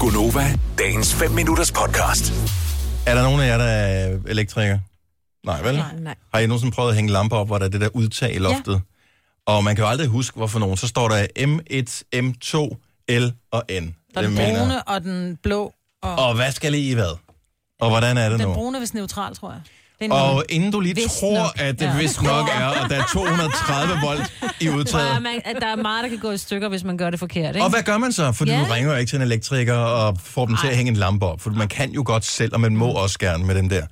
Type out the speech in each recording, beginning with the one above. Gunova, dagens 5 minutters podcast. Er der nogen af jer, der er elektrikere? Nej, vel? Nej, nej. Har I nogensinde prøvet at hænge lamper op, hvor der er det der udtag i loftet? Ja. Og man kan jo aldrig huske, hvorfor nogen. Så står der M1, M2, L og N. Der er den brune og den blå. Og, Og hvad skal lige i hvad? Og hvordan er det den nu? brune er vist neutral, tror jeg. Det er en Og inden du lige Vist tror, nok. at det Ja. vist nok er, og der er 230 volt i Prøv, at udtaget. man, at der er meget, der kan gå i stykker, hvis man gør det forkert, ikke? Og hvad gør man så? Fordi ja. Ja. du ringer jo ikke til en elektriker og får dem til at hænge en lampe op. For man kan jo godt selv, og man må også gerne med dem der.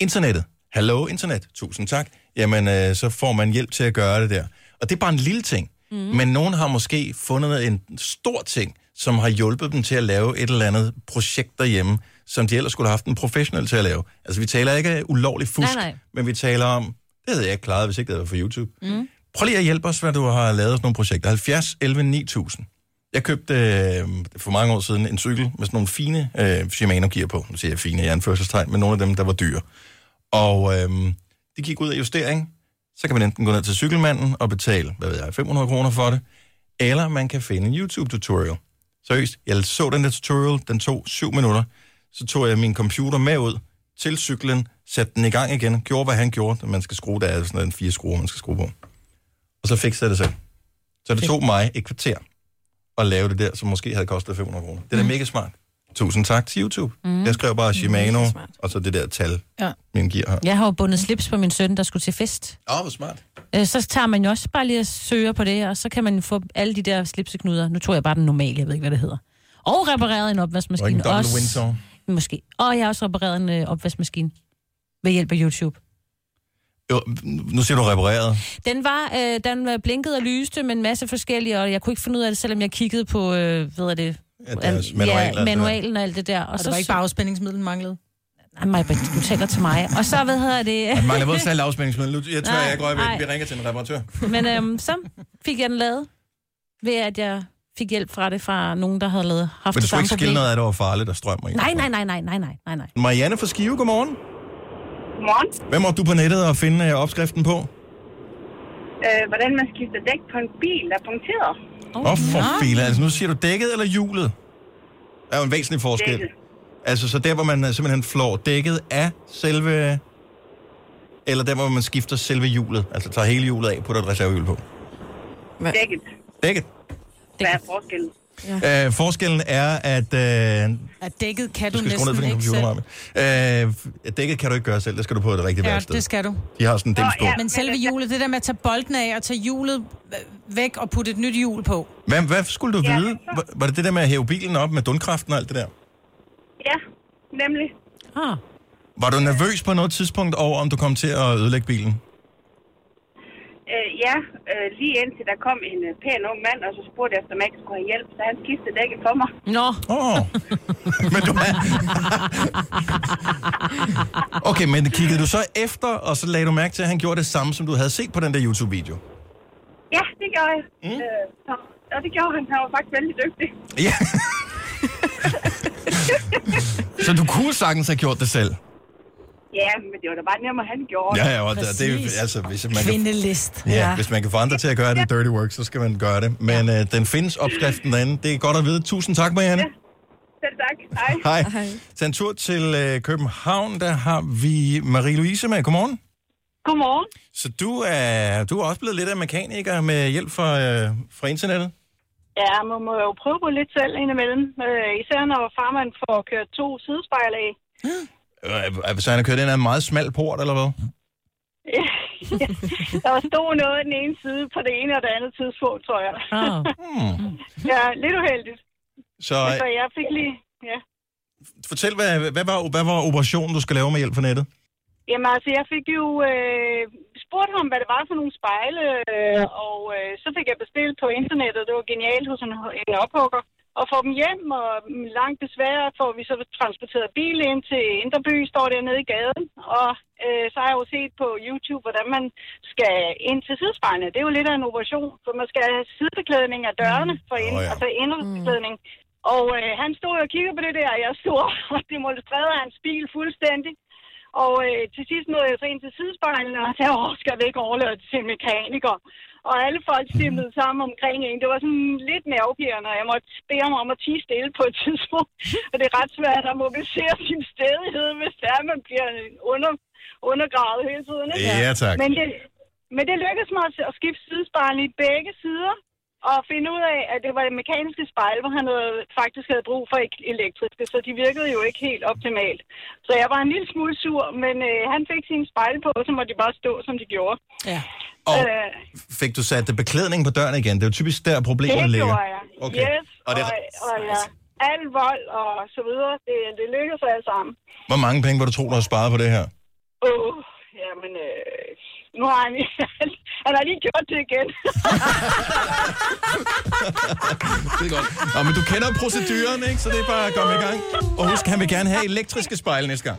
Internettet. Hallo internet. Tusind tak. Jamen, øh, så får man hjælp til at gøre det der. Og det er bare en lille ting. Mm. Men nogen har måske fundet en stor ting, som har hjulpet dem til at lave et eller andet projekt derhjemme, som de ellers skulle have haft en professionel til at lave. Altså, vi taler ikke af ulovlig fusk, Nej, nej. men vi taler om, det havde jeg ikke klaret, hvis ikke det havde været for YouTube. Mm. Prøv lige at hjælpe os, hvad du har lavet sådan nogle projekter. 70 11 9000. Jeg købte øh, for mange år siden en cykel med sådan nogle fine øh, Shimano-gear på. Nu siger jeg fine i anførselstegn, men nogle af dem, der var dyre. Og øh, de gik ud af justering. Så kan man enten gå ned til cykelmanden og betale, hvad ved jeg, 500 kroner for det. Eller man kan finde en YouTube-tutorial. Seriøst, jeg så den der tutorial, den tog 7 minutter. Så tog jeg min computer med ud til cyklen, satte den i gang igen, gjorde, hvad han gjorde. Man skal skrue, der er sådan en fire skruer, man skal skrue på. Og så fikser jeg det selv. Så det tog mig et kvarter at lave det der, som måske havde kostet 500 kroner. Det Mm. er da mega smart. Tusind tak til YouTube. Mm. Jeg skrev bare Shimano, mega smart. og så det der tal, Ja. min gear her. Jeg har jo bundet slips på min søn, der skulle til fest. Åh, oh, hvor smart. Øh, Så tager man jo også bare lige og søger på det, og så kan man få alle de der slipseknuder. Nu tog jeg bare den normale, jeg ved ikke, hvad det hedder. Og repareret en Og ikke en opvaskemaskine. dobbelt også. Windsor. Måske. Og jeg har også repareret en øh, opvaskemaskine ved hjælp af YouTube. Jo, nu siger du repareret. Den var, øh, den øh, blinkede og lyste med en masse forskellige, og jeg kunne ikke finde ud af det, selvom jeg kiggede på, øh, hvad er det? At deres Al- manual, ja, manualen og alt det der. Og, og så det var ikke bare afspændingsmiddel, den manglede. Nej, Maja, du taler til mig. Og så, hvad hedder det? Man mangler både salg og afspændingsmiddel. Nu- Jeg tror, Nej, jeg går nej. vi ringer til en reparatør. Men øhm, så fik jeg den lavet, ved at jeg fik hjælp fra det fra nogen, der havde lavet, haft Men du skulle det samme ikke skille problem. noget af, at det var farligt og strømmer. Nej, nej, nej, nej, nej, nej, nej, nej. Marianne fra Skive, godmorgen. Morgen. Hvad måtte du på nettet og finde øh, opskriften på? Åh, Øh, hvordan man skifter dæk på en bil, der er punkteret. oh, oh, for fila. Altså, nu siger du dækket eller hjulet? Der er jo en væsentlig forskel. Dækket. Altså, så der, hvor man øh, simpelthen flår dækket af selve... Eller der, hvor man skifter selve hjulet. Altså, tager hele hjulet af, putter et reservehjul på. Dækket. Dækket. Hvad er forskellen? Øh, forskellen er, at øh, At dækket kan du, Du skal skrue ned for næsten din ikke computer, Maja. selv. Øh, dækket kan du ikke gøre selv. Det skal du på et rigtigt ja, Ja, værksted. det skal du. De har sådan en dem Nå, stor. ja. Men selve hjulet, det der med at tage bolden af og tage hjulet øh, væk og putte et nyt hjul på. Hvad, hvad skulle du Ja, vide? så- Var, var det det der med at hæve bilen op med dundkraften og alt det der? Ja, nemlig. Ah. Var du nervøs på noget tidspunkt over, om du kom til at ødelægge bilen? Øh, ja, øh, lige indtil der kom en øh, pæn ung mand, og så spurgte jeg, efter, om jeg ikke skulle have hjælp, så han skiftede dækket for mig. Nå, Åh. Oh. men du Okay, men kiggede du så efter, og så lagde du mærke til, at han gjorde det samme, som du havde set på den der YouTube-video? Ja, det gjorde jeg. Mm. Øh, så, og det gjorde han. Han var faktisk vældig dygtig. Ja. så du kunne sagtens have gjort det selv? Ja, men det var da bare nemmere, han gjorde. Ja, ja, og det, det, Præcis. er- altså, hvis man kan Kvindelist. Ja, ja, hvis man kan få andre til at gøre det dirty work, så skal man gøre det. Men øh, den findes opskriften derinde. Det er godt at vide. Tusind tak, Marianne. Selv tak. Hej. Hej. Hej. Tag en tur til øh, København. Der har vi Marie-Louise med. Godmorgen. Godmorgen. Så du er, du er også blevet lidt af mekaniker med hjælp fra, øh, fra internettet. Ja, man må jo prøve på lidt selv indimellem. Øh, især når farmand får kørt to sidespejl af. Øh, øh, så han har kørt ind ad en meget smal port, eller hvad? Ja, der stod noget af den ene side på det ene og det andet tidspunkt, tror jeg. ah. Ja, lidt uheldigt. Hmm. Så Så øh, jeg fik lige... Ja. fortæl, hvad, hvad, var, hvad var operationen, du skal lave med hjælp fra nettet? Jamen altså, jeg fik jo øh, spurgt ham, hvad det var for nogle spejle, øh, og øh, så fik jeg bestilt på internettet, det var genialt hos en, en ophugger, og får dem hjem, og mm, langt desværre får vi så transporteret bil ind til Indreby, står dernede i gaden, og øh, så har jeg jo set på YouTube, hvordan man skal ind til sidespejlene. Det er jo lidt af en operation, for man skal have sidebeklædning af dørene, for ind, Åh, ja. altså indrebeklædning. Og øh, han stod og kiggede på det der, og jeg stod og demonstrerede hans bil fuldstændig. Og øh, til sidst nåede jeg så ind til sidespejlene og sagde, åh, skal jeg ikke overlade det til en mekaniker? Og alle folk stimlede sammen omkring en. Det var sådan lidt nervepirrende, og jeg måtte bede mig om at tige stille på et tidspunkt. Og det er ret svært at mobilisere sin stedighed, hvis det er, man bliver under, undergravet hele tiden. Ikke? Ja, tak. Men det, men det lykkedes mig at skifte sidespejlene i begge sider, og finde ud af, at det var det mekaniske spejl, hvor han havde, faktisk havde brug for ek- elektriske, så de virkede jo ikke helt optimalt. Så jeg var en lille smule sur, men øh, han fik sine spejle på, så måtte de bare stå, som de gjorde. Ja. Og Øh, fik du sat øh, beklædning på døren igen? Det er jo typisk der, problemet det ligger. gjorde jeg. Okay. Yes, Og og, det det er- og, ja, al vold og så videre, det, det lykkedes alt sammen. Hvor mange penge var du tro, du har sparet på det her? Åh, oh, jamen, øh, nu har han, han har lige gjort det igen. Det er godt. Nå, men du kender proceduren, ikke? Så det er bare at komme i gang. Og husk, han vil gerne have elektriske spejle næste gang.